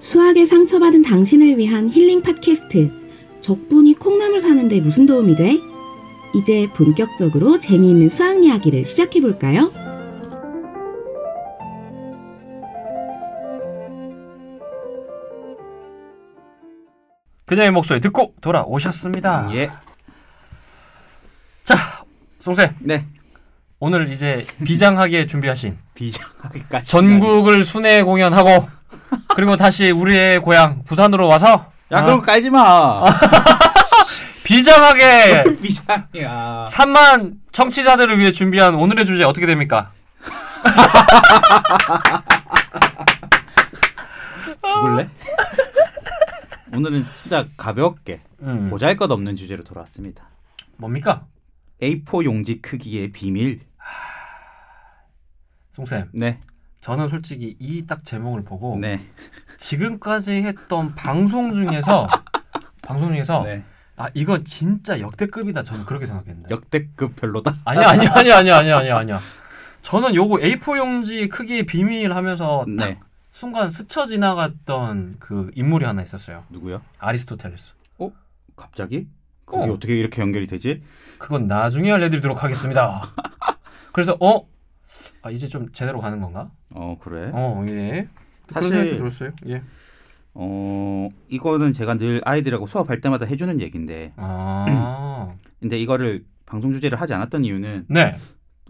수학에 상처받은 당신을 위한 힐링 팟캐스트. 적분이 콩나물 사는데 무슨 도움이 돼? 이제 본격적으로 재미있는 수학 이야기를 시작해볼까요? 그녀의 목소리 듣고 돌아오셨습니다. 예. 송쌤, 네. 오늘 이제 비장하게 준비하신 비장하기까지. 전국을 순회 공연하고 그리고 다시 우리의 고향 부산으로 와서 야, 아, 그런 거 깔지 마. 비장하게 아. 비장이야. 3만 청취자들을 위해 준비한 오늘의 주제 어떻게 됩니까? 죽을래? 오늘은 진짜 가볍게 음. 보잘것없는 주제로 돌아왔습니다. 뭡니까? A4 용지 크기의 비밀. 송쌤, 네. 저는 솔직히 이 딱 제목을 보고 네. 지금까지 했던 방송 중에서 방송 중에서 네. 아 이건 진짜 역대급이다 저는 그렇게 생각했는데 역대급 별로다. 아니야 아니야 아니야 아니야 아니야 아니야 아니야 저는 요거 A4 용지 크기의 비밀 하면서 딱 네. 순간 스쳐 지나갔던 그 인물이 하나 있었어요 누구요? 아리스토텔레스 갑자기? 어. 그게 어떻게 이렇게 연결이 되지? 그건 나중에 알려드리도록 하겠습니다 그래서 어? 아 이제 좀 제대로 가는 건가? 어, 그래. 어예 그런 사실- 생각도 들었어요 예. 어, 이거는 제가 늘 아이들하고 수업할 때마다 해 주는 얘기인데. 아. 근데 이거를 방송 주제를 하지 않았던 이유는 네.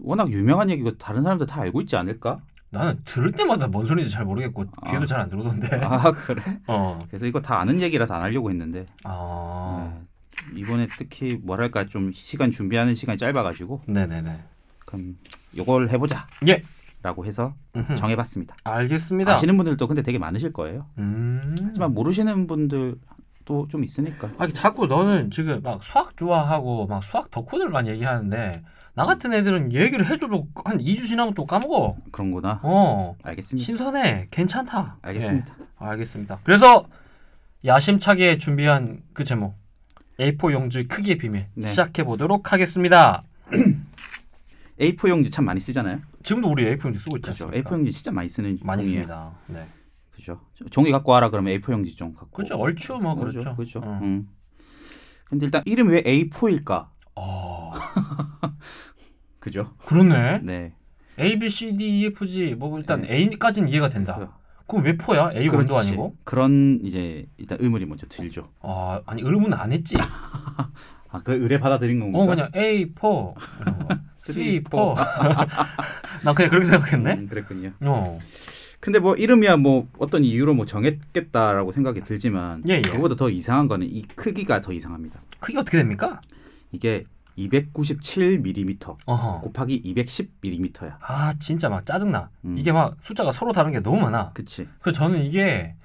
워낙 유명한 얘기고 다른 사람도 다 알고 있지 않을까? 나는 들을 때마다 뭔 소리인지 잘 모르겠고 귀에도 잘 안 들어오던데. 아, 그래. 어. 그래서 이거 다 아는 얘기라서 안 하려고 했는데 아. 네. 이번에 특히 뭐랄까 좀 시간 준비하는 시간이 짧아가지고 네, 네, 네. 그럼 이걸 해보자. 예. 음. 라고 해서 정해봤습니다. 알겠습니다. 아시는 분들도 근데 되게 많으실 거예요. 음. 하지만 모르시는 분들도 좀 있으니까. 아니 자꾸 너는 지금 막 수학 좋아하고 막 수학 덕후들만 얘기하는데 나 같은 애들은 얘기를 해줘도 한 2주 지나면 또 까먹어. 그런구나. 어. 알겠습니다. 신선해. 괜찮다. 알겠습니다. 예, 알겠습니다. 그래서 야심차게 준비한 그 제목. A4 용지 크기의 비밀 네. 시작해 보도록 하겠습니다. 예. A4 용지 참 많이 쓰잖아요. 지금도 우리 A4 용지 쓰고 있죠. 그죠. A4 용지 진짜 많이 쓰는 많이 종이에요. 씁니다. 네. 그죠. 종이 갖고 와라 그러면 A4 용지 좀 갖고. 그렇죠. 얼추 뭐 그렇죠. 그렇죠. 그렇죠. 어. 음. 근데 일단 이름 왜 A4일까? 어. 그죠. 그렇네. 네. A B C D E F G 뭐 일단 네. A까지는 이해가 된다. 그럼 왜 4야? A 1도 그렇지. 아니고? 그런 이제 일단 의문이 먼저 들죠. 아 아니 의문 안 했지. 아, 그 의뢰 받아들인 건가? 어 그냥 A 4 이런 거. 3 Three, 4나 그냥 그렇게 생각했네. 음, 그랬군요. 어 근데 뭐 이름이야 뭐 어떤 이유로 뭐 정했겠다라고 생각이 들지만 예, 예. 그거보다 더 이상한 거는 이 크기가 더 이상합니다. 크기 어떻게 됩니까? 이게 297mm 어허. 곱하기 210mm야. 아 진짜 막 짜증나. 음. 이게 막 숫자가 서로 다른 게 너무 많아. 그치. 그래서 저는 이게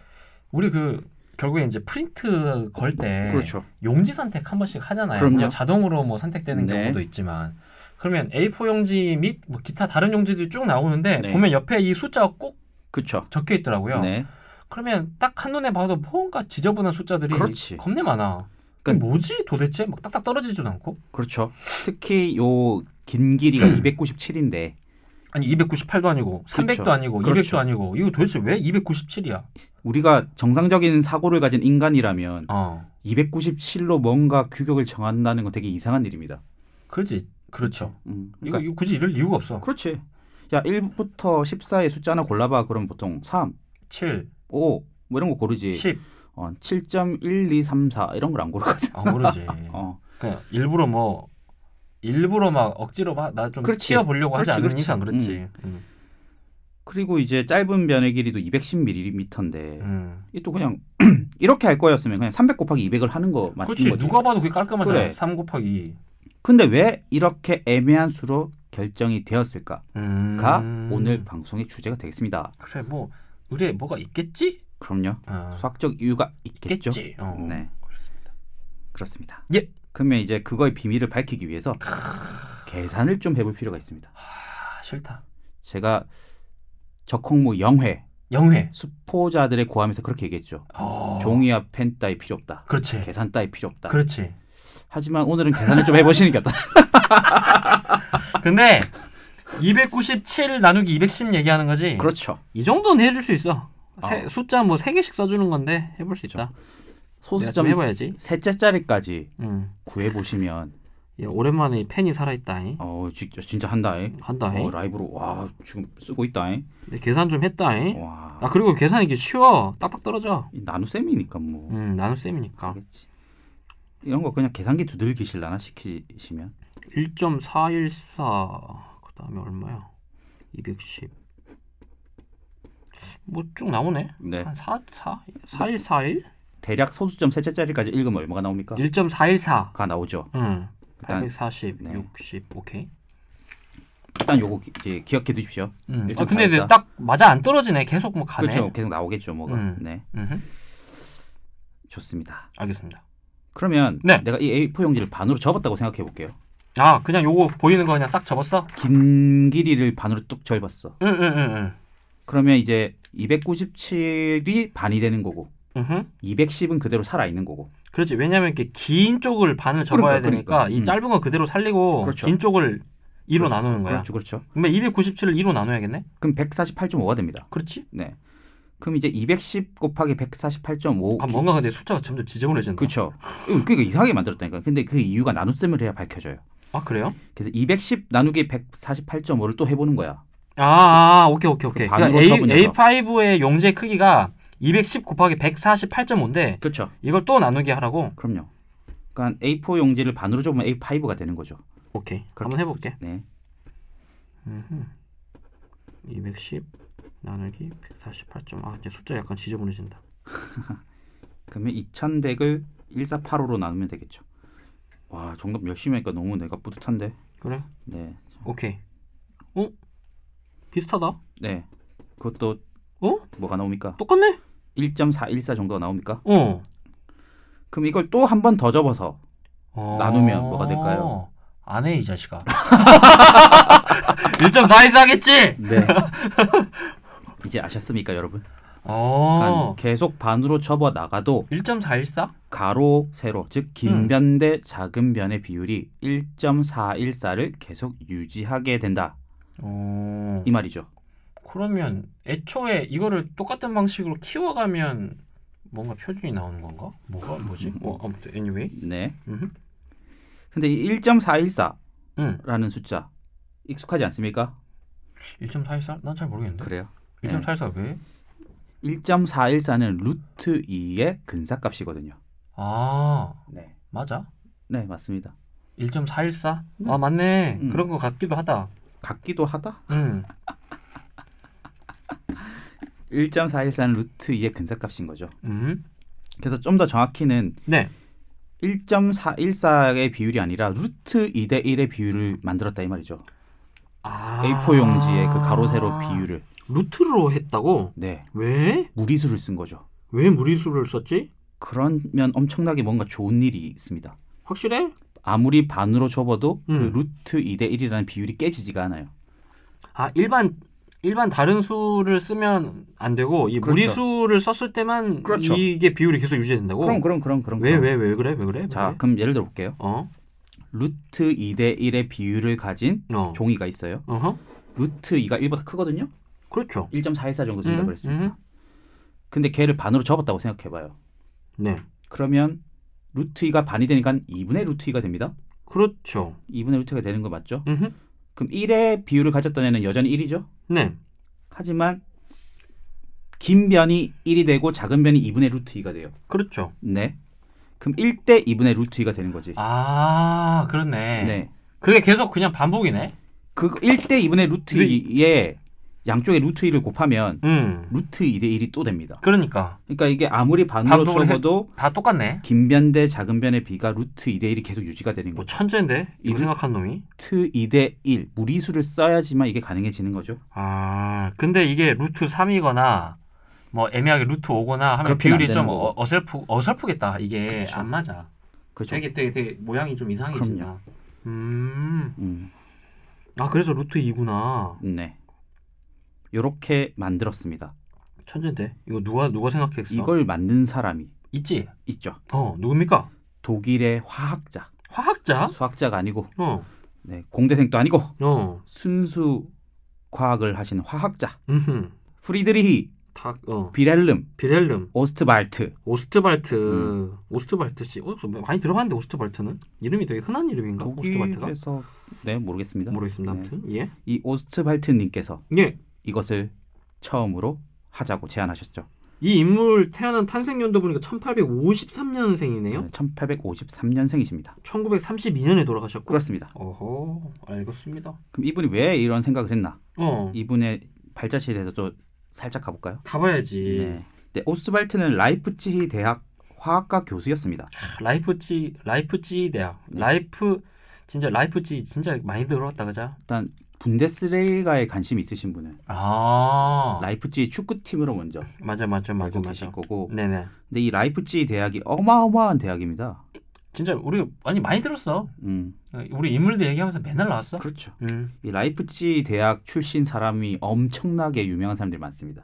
우리 그 결국에 이제 프린트 걸 때 그렇죠. 용지 선택 한 번씩 하잖아요. 그럼요. 물론 자동으로 뭐 선택되는 네. 경우도 있지만 그러면 A4 용지 및 뭐 기타 다른 용지들이 쭉 나오는데 네. 보면 옆에 이 숫자가 꼭 그쵸. 적혀 있더라고요. 네. 그러면 딱 한눈에 봐도 뭔가 지저분한 숫자들이 그렇지. 겁내 많아. 그 그러니까- 뭐지 도대체 막 딱딱 떨어지지도 않고 그렇죠. 특히 요 긴 길이가 297인데 아니 298도 아니고 300도 그렇죠. 아니고 그렇죠. 200도 아니고 이거 도대체 왜 297이야? 우리가 정상적인 사고를 가진 인간이라면 어 297로 뭔가 규격을 정한다는 건 되게 이상한 일입니다. 그렇지 그렇죠. 음, 이거, 이거 굳이 이럴 이유가 없어. 그렇지. 야, 1부터 14의 숫자 하나 골라봐. 그럼 보통 3, 7, 5, 뭐 이런 거 고르지. 10. 어, 7.1234 이런 걸 안 고르거든. 아 모르지. 어. 그냥 일부러 뭐 일부러 막 억지로 나좀 그렇지. 키워 보려고 하지 그렇지, 않는 그렇지. 이상 그렇지. 음. 그리고 이제 짧은 변의 길이도 210mm인데 음. 이게 또 그냥 이렇게 할 거였으면 그냥 300 곱하기 200을 하는 거 맞는 그렇지. 거지. 누가 봐도 그게 깔끔하잖아. 그래. 3 곱하기 근데 왜 이렇게 애매한 수로 결정이 되었을까가 2. 음. 오늘 방송의 주제가 되겠습니다. 그래 뭐 의뢰 뭐가 있겠지? 그럼요. 어. 수학적 이유가 있겠죠. 있겠지. 어. 네. 그렇습니다. 그렇습니다. 예. 그러면 이제 그거의 비밀을 밝히기 위해서 계산을 좀 해볼 필요가 있습니다. 아, 싫다. 제가 적홍무 영회 영회. 수포자들의 고함에서 그렇게 얘기했죠. 어. 종이와 펜 따위 필요 없다. 그렇지. 계산 따위 필요 없다. 그렇지. 하지만 오늘은 계산을 좀 해보시는 게 어떠? 근데 297 나누기 210 얘기하는 거지. 그렇죠. 이 정도는 해줄 수 있어. 세- 아. 숫자 뭐 세 개씩 써주는 건데 해볼 수 있다. 내가 좀 소수점 해봐야지. 셋째 자리까지 음. 구해 보시면 야, 오랜만에 이 펜이 살아있다. 잉 어 진짜 진짜 한다. 잉. 한다. 잉 어, 라이브로 와 지금 쓰고 있다. 잉. 내 계산 좀 했다. 잉 와 아 그리고 계산이 이게 쉬워. 딱딱 떨어져. 이 나눗셈이니까 뭐. 음 나눗셈이니까 알겠지. 이런 거 그냥 계산기 두들기실라나 시키시면 1.414 그다음에 얼마야? 210. 뭐 쭉 나오네. 네 한 4, 4, 4141? 대략 소수점 셋째 자리까지 읽으면 얼마가 나옵니까? 예. 1.414. 가 나오죠. 응. 일단 840, 네. 60, 오케이. 일단 요거 기- 이제 기억해 두십시오. 음. 아, 1.414. 근데 이제 딱 맞아 안 떨어지네. 계속 뭐 가네. 그렇죠. 계속 나오겠죠, 뭐가. 음. 네, 음흠. 좋습니다. 알겠습니다. 그러면 네. 내가 이 A4 용지를 반으로 접었다고 생각해 볼게요. 아 그냥 요거 보이는 거 그냥 싹 접었어? 긴 길이를 반으로 뚝 접었어. 응응응 응. 그러면 이제 297이 반이 되는 거고, 음. 음. 210은 그대로 살아 있는 거고. 그렇지. 왜냐면 이렇게 긴 쪽을 반을 접어야 그러니까, 되니까 그러니까. 이 음. 짧은 거 그대로 살리고 그렇죠. 긴 쪽을 2로 그렇죠. 나누는 거야. 그렇죠, 그렇죠. 근데 297을 2로 나눠야겠네. 그럼 148.5가 됩니다. 그렇지? 네. 그럼 이제 210 곱하기 148.5. 아 뭔가 근데 숫자가 점점 지저분해진다. 그렇죠. 그러니까 이상하게 만들었다니까. 근데 그 이유가 나눗셈을 해야 밝혀져요. 아 그래요? 그래서 210 나누기 148.5를 또 해보는 거야. 아, 아 오케이 오케이 오케이. 그 반으로 그러니까 접은 A, 거죠. A5의 용제 크기가 210 곱하기 148.5인데 그렇죠. 이걸 또 나누기 하라고. 그럼요. 그러니까 A4 용지를 반으로 접으면 A5가 되는 거죠. 오케이. 그렇게 한번 해볼게. 네. 음흠. 210 나누기 148. 아 이제 숫자 약간 지저분해진다. 그러면 2100을 1485로 나누면 되겠죠. 와, 정답 열심히 하니까 너무 내가 뿌듯한데. 그래? 네. 오케이. 어? 비슷하다. 네. 그것도 어? 뭐가 나옵니까? 똑같네? 1.414 정도가 나옵니까? 어. 그럼 이걸 또 한 번 더 접어서 어. 나누면 뭐가 될까요? 안 해 이 자식아. 1.414 하겠지? 네. 이제 아셨습니까, 여러분? 그러니까 어. 계속 반으로 접어 나가도 1.414? 가로 세로 즉 음. 긴 변 대 작은 변의 비율이 1.414를 계속 유지하게 된다 어. 이 말이죠. 그러면 애초에 이거를 똑같은 방식으로 키워가면 뭔가 표준이 나오는 건가? 뭐가 음, 뭐지? 뭐 아무튼 anyway. 네. 음흠. 근데 이 1.414라는 응. 숫자 익숙하지 않습니까? 1.414? 난 잘 모르겠는데. 그래요. 1.414 왜? 1.414는 루트 2의 근사값이거든요. 아 네. 맞아. 네 맞습니다. 1.414? 아 맞네. 음. 그런 것 같기도 하다. 같기도 하다. 응. 1.414는 루트 2의 근사값인 거죠. 음. 그래서 좀 더 정확히는 네. 1.414의 비율이 아니라 루트 2 대 1의 비율을 만들었다 이 말이죠. 아. A4 용지의 그 가로 세로 비율을 루트로 했다고? 네 왜? 무리수를 쓴 거죠. 왜 무리수를 썼지? 그러면 엄청나게 뭔가 좋은 일이 있습니다. 확실해? 아무리 반으로 접어도 그 음. 루트 2 대 1이라는 비율이 깨지지가 않아요. 아 일반 일반 다른 수를 쓰면 안 되고 이 그렇죠. 무리수를 썼을 때만 그렇죠. 이게 비율이 계속 유지된다고. 그럼 그럼 그럼 그럼. 왜 그럼. 왜 왜 그래 왜 그래? 왜 자 그래? 그럼 예를 들어 볼게요. 어, 루트 2 대 1의 비율을 가진 어, 종이가 있어요. 어허, 루트 2가 1보다 크거든요. 그렇죠. 1.414 정도 된다 음, 그랬으니까. 음. 근데 걔를 반으로 접었다고 생각해봐요. 네, 그러면 루트 2가 반이 되니까 2분의 루트 2가 됩니다. 그렇죠. 2분의 루트 2가 되는 거 맞죠? 음흠. 그럼 1의 비율을 가졌던 애는 여전히 1이죠. 네, 하지만 긴 변이 1이 되고 작은 변이 2분의 루트 2가 돼요. 그렇죠. 네. 그럼 1대 2분의 루트 2가 되는 거지. 아, 그렇네. 네. 그게 계속 그냥 반복이네. 그 1대 2분의 루트 근데 2에 양쪽의 루트 2를 곱하면 음, 루트 2대 1이 또 됩니다. 그러니까 그러니까 이게 아무리 반으로 반복을 해- 적어도 다 똑같네. 긴 변 대 작은 변의 비가 루트 2대 1이 계속 유지가 되는 뭐 거죠. 천재인데 이거 이거- 생각한 놈이. 루트 2대 1 무리수를 써야지만 이게 가능해지는 거죠. 아, 근데 음. 이게 루트 3이거나 뭐 애매하게 루트 5거나 하면 그렇게는 비율이 안 되는 좀 거고. 어, 어설프 어설프겠다. 이게 그렇죠. 안 맞아. 그렇죠. 되게 되게 되게 모양이 좀 이상해진다. 음. 음, 아, 그래서 루트 2구나. 네. 요렇게 만들었습니다. 천재인데. 이거 누가 누가 생각했어? 이걸 만든 사람이 있지. 있죠. 어, 누굽니까? 독일의 화학자. 화학자? 수학자가 아니고 어. 네, 공대생도 아니고 어. 순수 과학을 하신 화학자 음. 프리드리히 닭, 어, 비렐름, 비렐름, 오스트발트. 오스트발트, 음. 오스트발트 씨, 어, 많이 들어봤는데 오스트발트는 이름이 되게 흔한 이름인가? 아, 오스트발트가 독일에서 네 모르겠습니다. 모르겠습니다. 네. 아무튼 예, 이 오스트발트님께서 예, 이것을 처음으로 하자고 제안하셨죠. 이 인물 태어난 탄생 연도 보니까 1853년생이네요. 1853년생이십니다. 1932년에 돌아가셨고. 그렇습니다. 어허, 알겠습니다. 그럼 이분이 왜 이런 생각을 했나? 어, 이분의 발자취에 대해서 좀 살짝 가볼까요? 가봐야지. 네. 네, 오스발트는 라이프치히 대학 화학과 교수였습니다. 아, 라이프치, 라이프치 대학, 네. 라이프 진짜 라이프치 진짜 많이 들어왔다 그죠? 일단 분데스리가에 관심 있으신 분은 아, 네, 라이프치히 축구팀으로 먼저 맞아, 맞아, 맞아, 알고 맞아. 계실 거고 네네. 근데 이 라이프치히 대학이 어마어마한 대학입니다. 진짜 우리 아니 많이 들었어. 음, 우리 인물들 얘기하면서 맨날 나왔어. 그렇죠. 음, 이 라이프치히 대학 출신 사람이 엄청나게 유명한 사람들이 많습니다.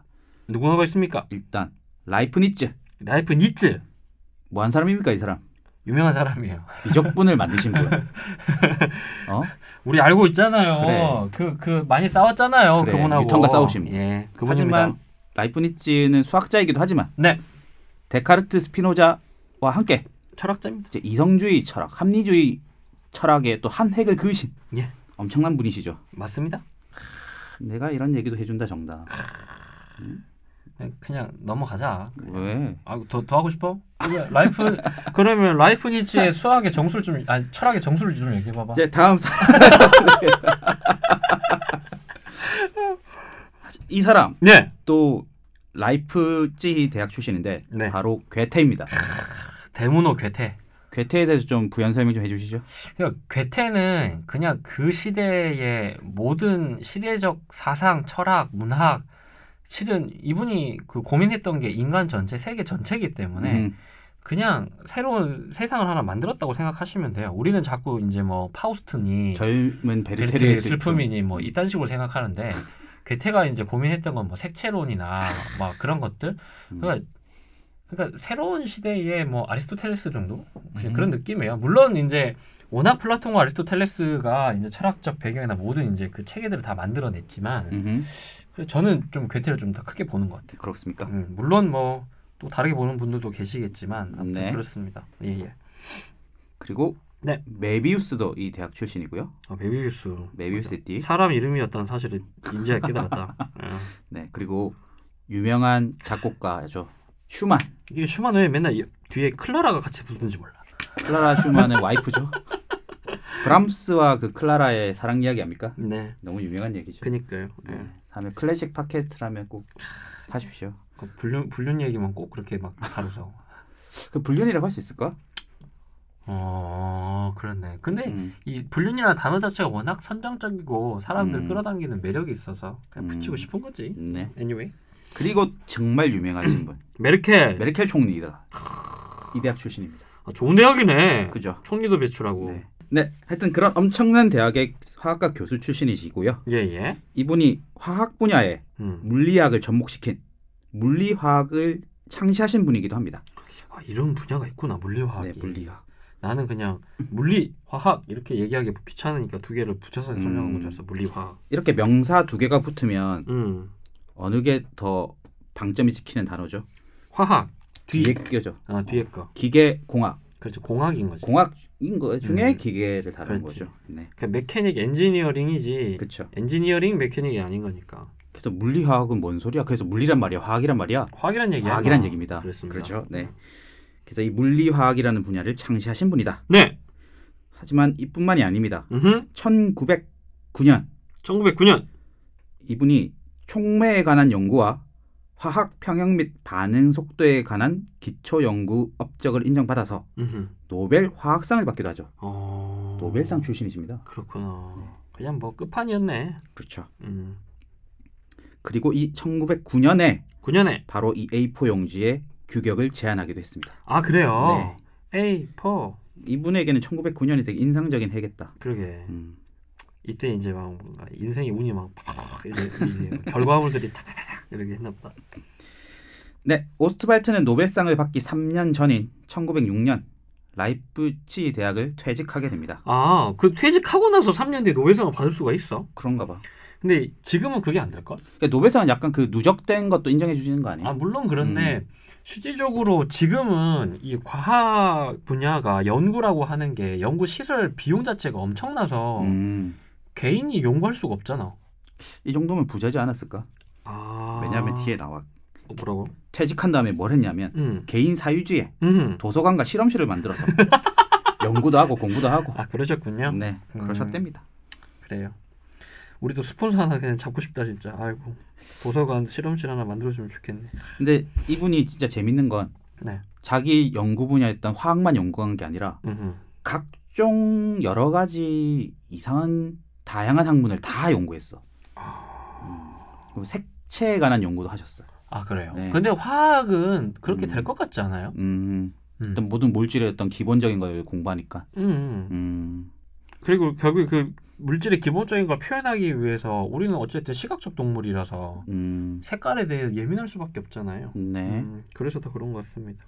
누구가 있습니까? 일단 라이프니츠 라이프 니츠 뭐 한 사람입니까 이 사람? 유명한 사람이에요. 이적분을 만드신 분. 어? 우리 알고 있잖아요. 그 그 많이 싸웠잖아요. 그래, 그분하고. 뉴턴과 싸우신 분. 예, 그분입니다. 하지만 라이프니츠는 수학자이기도 하지만 네, 데카르트, 스피노자와 함께 철학자입니다. 이제 이성주의 철학, 합리주의 철학의 또 한 획을 그으신 예. 엄청난 분이시죠. 맞습니다. 내가 이런 얘기도 해준다 정답. 아, 네, 그냥- 그냥 넘어가자. 네. 왜? 아, 더, 더 하고 싶어? 그러면 라이프 그러면 라이프 니츠의 수학의 정수를 좀 아니 철학의 정수를 좀 얘기해 봐봐. 이제 다음 사람. 이 사람 네. 또 라이프찌히 대학 출신인데 네. 바로 괴테입니다. 대문호 괴테. 괴테에 대해서 좀 부연 설명 좀 해주시죠. 그러니까 괴테는 그냥 그 시대의 모든 시대적 사상, 철학, 문학 실은 이분이 그 고민했던 게 인간 전체, 세계 전체이기 때문에 음, 그냥 새로운 세상을 하나 만들었다고 생각하시면 돼요. 우리는 자꾸 이제 뭐 파우스트니 젊은 베르테르의 베르테르의 슬픔이니 뭐 이딴 식으로 생각하는데 괴테가 이제 고민했던 건 뭐 색채론이나 막 그런 것들 음. 그러니까 그러니까 새로운 시대의 뭐 아리스토텔레스 정도 그냥 음. 그런 느낌이에요. 물론 이제 워낙 플라톤과 아리스토텔레스가 이제 철학적 배경이나 모든 이제 그 체계들을 다 만들어냈지만 음흠. 그래서 저는 좀 괴테를 좀 더 크게 보는 것 같아요. 그렇습니까? 음, 물론 뭐 또 다르게 보는 분들도 계시겠지만 아무튼 네. 그렇습니다. 예예. 그리고 네. 메비우스도 이 대학 출신이고요. 아, 메비우스. 메비우스의 띠. 사람 이름이었다는 사실을 인제 깨달았다. 예. 네. 그리고 유명한 작곡가죠. 슈만. 이게 슈만 왜 맨날 이- 뒤에 클라라가 같이 붙는지 몰라. 클라라 슈만의 와이프죠. 브람스와 그 클라라의 사랑 이야기 아닙니까? 네. 너무 유명한 얘기죠. 그니까요. 예. 네. 다음에 클래식 팟캐스트라면 꼭 하십시오. 그 불륜 불륜 얘기만 꼭 그렇게 막 다루서. 그 불륜이라고 할 수 있을까? 어, 그렇네. 근데 음. 이 불륜이라는 단어 자체가 워낙 선정적이고 사람들 음. 끌어당기는 매력이 있어서 그냥 음. 붙이고 싶은 거지. 네. Anyway. 그리고 정말 유명하신 분. 메르켈. 메르켈 총리이다. 이 대학 출신입니다. 아, 좋은 대학이네. 그죠? 총리도 배출하고. 네. 네. 하여튼 그런 엄청난 대학의 화학과 교수 출신이시고요. 예, 예. 이분이 화학 분야에 음. 물리학을 접목시킨 물리화학을 창시하신 분이기도 합니다. 아, 이런 분야가 있구나. 물리화학이. 네, 물리학. 나는 그냥 물리, 화학 이렇게 얘기하기 귀찮으니까 두 개를 붙여서 음. 설명한 거라서 물리화학. 이렇게 명사 두 개가 붙으면 음. 어느 게 더 방점이 찍히는 단어죠? 화학. 뒤. 뒤에 껴죠. 아, 뒤에 거. 기계 공학. 그렇지. 공학인 거지. 공학인 거 중에 음. 기계를 다루는 그렇지. 네. 거죠. 네. 그러니까 메케닉 엔지니어링이지. 그렇죠. 엔지니어링 메케닉이 아닌 거니까. 그래서 물리화학은 뭔 소리야? 그래서 물리란 말이야. 화학이란 말이야. 화학이란 얘기야. 화학이란 얘기입니다. 그렇습니다. 그렇죠. 네. 그래서 이 물리화학이라는 분야를 창시하신 분이다. 네. 하지만 이뿐만이 아닙니다. 음. 1909년 1909년. 이분이 촉매에 관한 연구와 화학 평형 및 반응 속도에 관한 기초 연구 업적을 인정받아서 음. 노벨 화학상을 받기도 하죠. 어. 노벨상 네. 출신이십니다. 그렇구나. 그냥 뭐 끝판이었네. 그렇죠. 음. 그리고 이 1909년에 9년에. 바로 이 A4 용지의 규격을 제안하기도 했습니다. 네. 아, 그래요. A, 4. 이분에게는 1909년이 되게 인상적인 해겠다. 그러게. 음, 이때 이제 막 뭔가 인생의 운이 막 팍팍 이제 이제 결과물들이 탁 이렇게 했나 보다. 네, 오스트발트는 노벨상을 받기 3년 전인 1906년 라이프치 대학을 퇴직하게 됩니다. 아, 그 퇴직하고 나서 3년 뒤에 노벨상을 받을 수가 있어? 그런가 봐. 근데 지금은 그게 안 될걸? 그러니까 노벨상은 약간 그 누적된 것도 인정해 주시는 거 아니에요? 아 물론 그런데 음. 실질적으로 지금은 이 과학 분야가 연구라고 하는 게 연구 시설 비용 자체가 엄청나서 음. 개인이 연구할 수가 없잖아. 이 정도면 부자지 않았을까? 아 왜냐하면 뒤에 나와 어, 뭐라고? 퇴직한 다음에 뭘 했냐면 음. 개인 사유지에 음. 도서관과 실험실을 만들어서 연구도 하고 공부도 하고 아 그러셨군요. 음. 네 그러셨답니다. 그래요. 우리도 스폰서 하나 그냥 잡고 싶다 진짜. 아이고 도서관 실험실 하나 만들어주면 좋겠네. 근데 이분이 진짜 재밌는 건 네. 자기 연구 분야였던 화학만 연구한 게 아니라 음, 음. 각종 여러 가지 이상한 다양한 학문을 다 연구했어. 음. 그리고 색채에 관한 연구도 하셨어요. 아 그래요. 네. 근데 화학은 그렇게 음. 될 것 같지 않아요? 음, 음. 일단 모든 물질의 어떤 기본적인 걸 공부하니까. 음, 음. 음, 그리고 결국 그 물질의 기본적인 걸 표현하기 위해서 우리는 어쨌든 시각적 동물이라서 음, 색깔에 대해 예민할 수밖에 없잖아요. 네. 음, 그래서 더 그런 것 같습니다.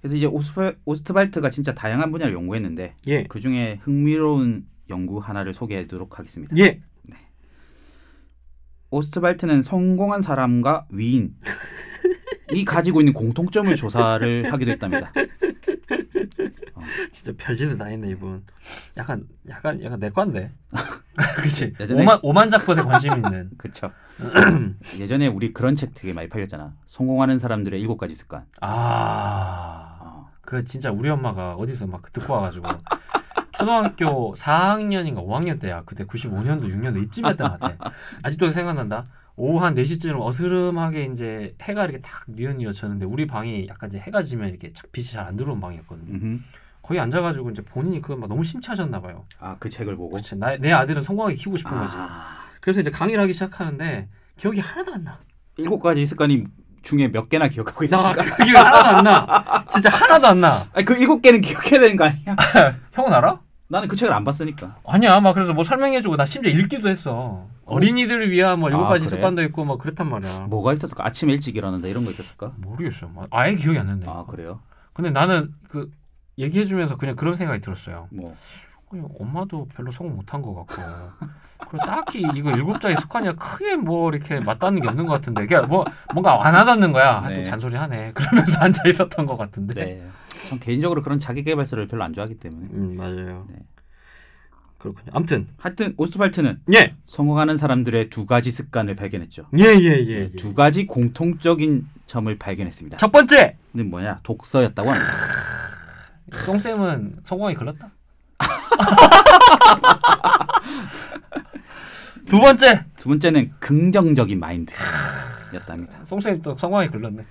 그래서 이제 오스발, 오스트발트가 진짜 다양한 분야를 연구했는데 예. 그 중에 흥미로운 연구 하나를 소개하도록 하겠습니다. 예. 오스트발트는 성공한 사람과 위인 이 가지고 있는 공통점을 조사를 하기도 했답니다. 진짜 별짓을 다 했네 이분. 약간 약간 약간 내 건데. 그치. 예전에- 오만 오만 작것에 관심 있는. 그렇죠. 예전에 우리 그런 책 되게 많이 팔렸잖아. 성공하는 사람들의 일곱 가지 습관. 아. 어. 그 진짜 우리 엄마가 어디서 막 듣고 와가지고 초등학교 4학년인가 5학년 때야 그때 95년도 6년도 이쯤이었던 것 같아 아직도 생각난다 오후 한 4시쯤 어스름하게 이제 해가 이렇게 탁 뉘엿뉘엿 쳤는데 우리 방이 약간 이제 해가 지면 이렇게 착 빛이 잘 안 들어오는 방이었거든요 음흠. 거기 앉아가지고 이제 본인이 그거 막 너무 심취하셨나 봐요 아, 그 책을 보고. 그치 나, 내 아들은 성공하게 키우고 싶은 거지 아, 그래서 이제 강의를 하기 시작하는데 기억이 하나도 안나 일곱 가지 습관이 중에 몇 개나 기억하고 나 있을까? 기억이 하나도 안나 진짜 하나도 안나 아니, 그 일곱 개는 기억해야 되는 거 아니야? 형은 알아? 나는 그 책을 안 봤으니까. 아니야, 막 그래서 뭐 설명해주고 나 심지어 읽기도 했어. 어린이들을 위한 뭐 일곱 아, 가지 그래? 습관도 있고 막 그랬단 말이야. 뭐가 있었을까? 아침에 일찍 일어난다 이런 거 있었을까? 모르겠어. 막 아예 기억이 안 난다. 아, 아, 그래요? 근데 나는 그 얘기해주면서 그냥 그런 생각이 들었어요. 뭐. 그냥 엄마도 별로 성공 못한 것 같고. 그리고 딱히 이거 일곱 자의 습관이야 크게 뭐 이렇게 맞닿는 게 없는 것 같은데 그냥 뭐 뭔가 안 와닿는 거야 아, 네. 또 잔소리 하네 그러면서 앉아 있었던 것 같은데 네. 전 개인적으로 그런 자기 개발서를 별로 안 좋아하기 때문에. 음 맞아요 네. 그렇군요 아무튼 하여튼 오스발트는 예 성공하는 사람들의 두 가지 습관을 발견했죠. 예, 예, 예, 예. 네, 두 가지 공통적인 점을 발견했습니다. 첫 번째 는 뭐냐? 독서였다고 합니다. 송쌤은 성공이 걸렸다. 두 번째 두 번째는 긍정적인 마인드였답니다. 송쌤 또 성공이 걸렸네.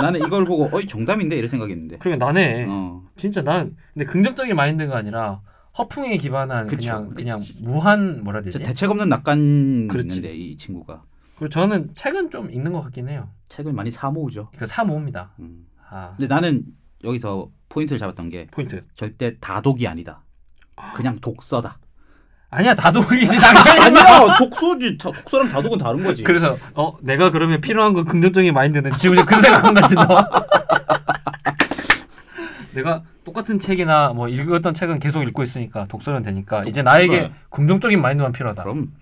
나는 이걸 보고 어이 정답인데 이런 생각했는데. 그러면 나네. 어. 진짜 난 근데 긍정적인 마인드가 아니라 허풍에 기반한 그 그쵸. 냥 그냥 무한 뭐라 해야 진짜 되지? 대책 없는 낙관 그렇지. 있는데 이 친구가 그리고 저는 책은 좀 있는 것 같긴 해요. 책을 많이 사 모으죠. 그 사모입니다. 음. 아 근데 나는 여기서 포인트를 잡았던 게 포인트. 절대 다독이 아니다. 그냥 독서다. 아니야 다독이지 당연히. 아니야 독서지 다- 독서랑 다독은 다른 거지. 그래서 어 내가 그러면 필요한 건 긍정적인 마인드는 지금 그 생각한 거지 너. 내가 똑같은 책이나 뭐 읽었던 책은 계속 읽고 있으니까 독서는 되니까 이제 나에게 그래. 긍정적인 마인드만 필요하다. 네, 그럼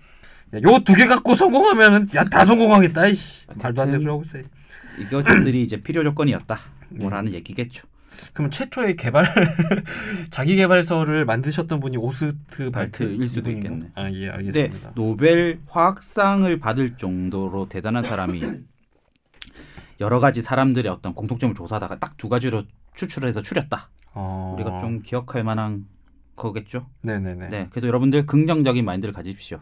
요 두 개 갖고 성공하면은 야 다 성공하겠다. 이씨. 아무튼. 말도 안 되는 소리 하고 있어. 이것들이 이제 필요 조건이었다. 뭐라는 얘기겠죠. 그럼 최초의 개발 자기 개발서를 만드셨던 분이 오스트 발트일 발트일 수도 있겠네. 아 예 근데 알겠습니다. 노벨 화학상을 받을 정도로 대단한 사람이 여러 가지 사람들의 어떤 공통점을 조사하다가 딱 두 가지로 추출을 해서 추렸다. 어... 네. 우리가 좀 기억할 만한 거겠죠. 네네네. 네. 그래서 여러분들 긍정적인 마인드를 가지십시오.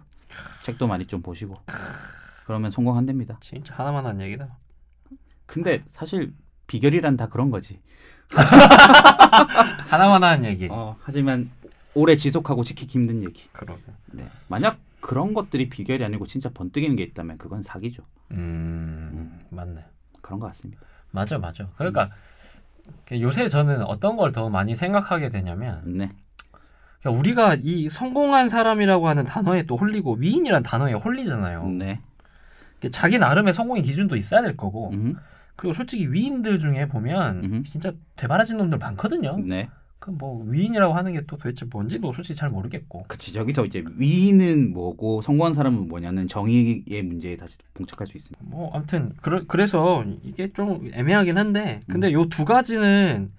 책도 많이 좀 보시고 그러면 성공한답니다. 진짜 하나만 한 얘기다. 근데 사실 비결이란 다 그런 거지. 하나만 한 얘기. 어, 하지만 오래 지속하고 지키기 힘든 얘기. 그러게. 네. 만약 그런 것들이 비결이 아니고 진짜 번뜩이는 게 있다면 그건 사기죠. 음 맞네. 그런 것 같습니다. 맞아 맞아. 그러니까 요새 저는 어떤 걸 더 많이 생각하게 되냐면 네. 그러니까 우리가 이 성공한 사람이라고 하는 단어에 또 홀리고 위인이라는 단어에 홀리잖아요. 네. 그러니까 자기 나름의 성공의 기준도 있어야 될 거고 음. 그리고 솔직히 위인들 중에 보면 음. 진짜 되바라진 놈들 많거든요. 네. 그 뭐 위인이라고 하는 게 또 도대체 뭔지도 솔직히 잘 모르겠고. 그치 여기서 이제 위인은 뭐고 성공한 사람은 뭐냐는 정의의 문제에 다시 봉착할 수 있습니다. 뭐 아무튼 그러, 그래서 이게 좀 애매하긴 한데 근데 음. 요 두 가지는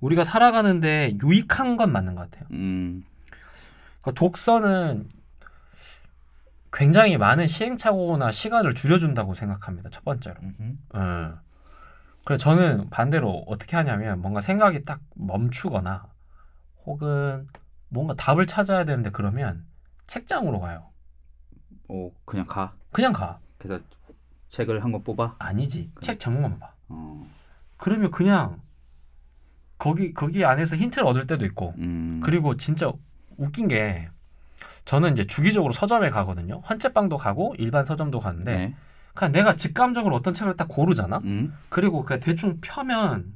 우리가 살아가는데 유익한 건 맞는 것 같아요. 음, 그러니까 독서는 굉장히 많은 시행착오나 시간을 줄여준다고 생각합니다. 첫 번째로. 음흠. 어. 그래서 저는 반대로 어떻게 하냐면 뭔가 생각이 딱 멈추거나 혹은 뭔가 답을 찾아야 되는데 그러면 책장으로 가요. 어 그냥 가. 그냥 가. 그래서 책을 한 권 뽑아. 아니지. 그래. 책 제목만 봐. 어, 그러면 그냥 거기 거기 안에서 힌트를 얻을 때도 있고 음, 그리고 진짜 웃긴 게 저는 이제 주기적으로 서점에 가거든요. 헌책방도 가고 일반 서점도 가는데 네. 그냥 그러니까 내가 직감적으로 어떤 책을 딱 고르잖아. 음, 그리고 그냥 대충 펴면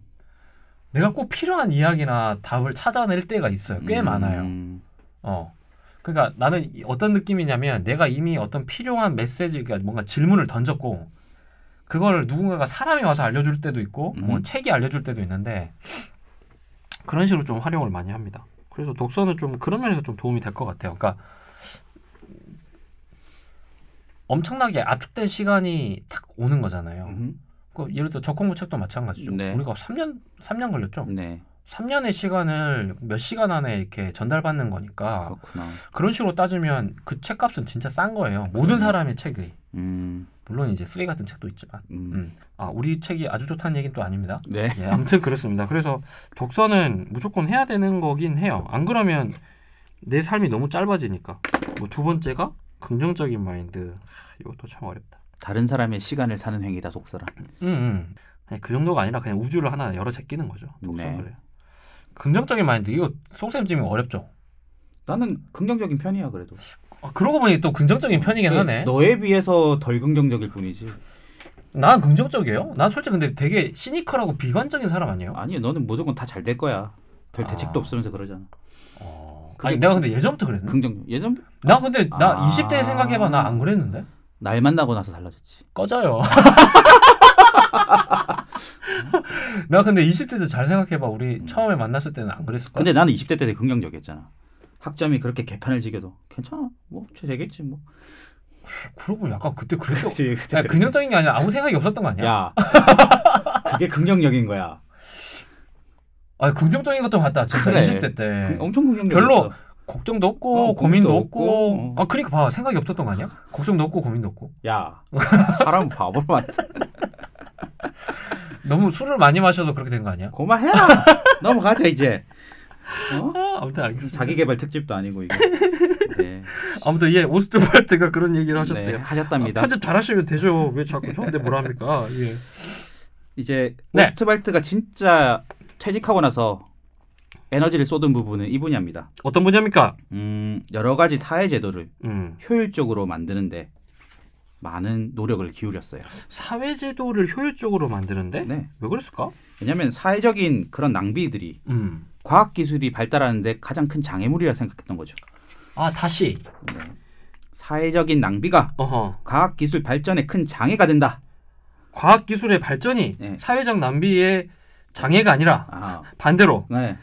내가 꼭 필요한 이야기나 답을 찾아낼 때가 있어요. 꽤 음, 많아요. 어. 그러니까 나는 이- 어떤 느낌이냐면 내가 이미 어떤 필요한 메시지, 그러니까 뭔가 질문을 던졌고 그걸 누군가가 사람이 와서 알려줄 때도 있고 뭐 음. 책이 알려줄 때도 있는데 그런 식으로 좀 활용을 많이 합니다. 그래서 독서는 좀 그런 면에서 좀 도움이 될 것 같아요. 그러니까 엄청나게 압축된 시간이 탁 오는 거잖아요. 음, 그 예를 들어 적공부 책도 마찬가지죠. 네. 우리가 3년 3년 걸렸죠. 네, 3년의 시간을 몇 시간 안에 이렇게 전달받는 거니까 그렇구나. 그런 식으로 따지면 그 책값은 진짜 싼 거예요. 모든 사람의 책이 음, 물론 이제 쓰레기 같은 책도 있지만 음, 음. 아 우리 책이 아주 좋다는 얘기는 또 아닙니다. 네. 예, 아무튼 그렇습니다. 그래서 독서는 무조건 해야 되는 거긴 해요. 안 그러면 내 삶이 너무 짧아지니까. 뭐 두 번째가 긍정적인 마인드. 하, 이것도 참 어렵다. 다른 사람의 시간을 사는 행위다 독서라. 음, 음. 아니, 그 정도가 아니라 그냥 우주를 하나 열어 제끼는 거죠. 독서는 네. 그래요. 긍정적인 마인드 이거 송쌤 지금 어렵죠. 나는 긍정적인 편이야 그래도. 아, 그러고 보니 또 긍정적인 편이긴 하네. 그 너에 비해서 덜 긍정적일 뿐이지. 난 긍정적이에요. 난 솔직히 근데 되게 시니컬하고 비관적인 사람 아니에요? 아니 너는 무조건 다 잘 될 거야. 별 아. 음. 대책도 없으면서 그러잖아. 어, 그게- 아니 내가 근데 예전부터 그랬나? 긍정. 예전 나 근데 나 아. 20대 생각해봐 나 안 그랬는데 날 만나고 나서 달라졌지. 꺼져요. 나 근데 20대 때 잘 생각해봐 우리 처음에 만났을 때는 안 그랬을 거야. 근데 나는 20대 때 되게 긍정적이었잖아. 학점이 그렇게 개판을 지겨도 괜찮아. 뭐쟤 되겠지 뭐. 그러고 보니 약간 그때 아, 그랬어. 그치, 그때 야, 그랬지. 긍정적인 게 아니라 아무 생각이 없었던 거 아니야? 야. 그게 긍정적인 거야. 아 긍정적인 것도 같다 진짜 그래. 20대 때 긍- 엄청 긍정적. 네. 별로 걱정도 없고 어, 어, 고민도 고민도 없고 없고, 어. 아 그러니까 봐 생각이 없었던 거 아니야 걱정도 없고 고민도 없고 야. 사람 바보로 만들어. 너무 술을 많이 마셔서 그렇게 된 거 아니야 고마해라. 넘어가자 이제. 어? 아, 아무튼 알겠습니다 자기 개발 특집도 아니고 이거. 네. 아무튼 예 오스트발트가 그런 얘기를 네, 하셨대요 하셨답니다. 아, 편집 잘하시면 되죠 왜 자꾸 저한테 뭐라 합니까 예 이제 네. 오스트발트가 진짜 퇴직하고 나서 에너지를 쏟은 부분은 이 분야입니다. 어떤 분야입니까 음, 여러 가지 사회 제도를 음 효율적으로 만드는데 많은 노력을 기울였어요. 사회제도를 효율적으로 만드는데 네. 왜 그랬을까 왜냐하면 사회적인 그런 낭비들이 음아 과학 기술이 발달하는데 가장 큰 장애물이라 생각했던 거죠. 아, 다시 사회적인 낭비가 어허 과학 기술 발전에 큰 장애가 된다. 과학 기술의 발전이 네. 사회적 낭비의 장애가 아니라 아, 반대로 네.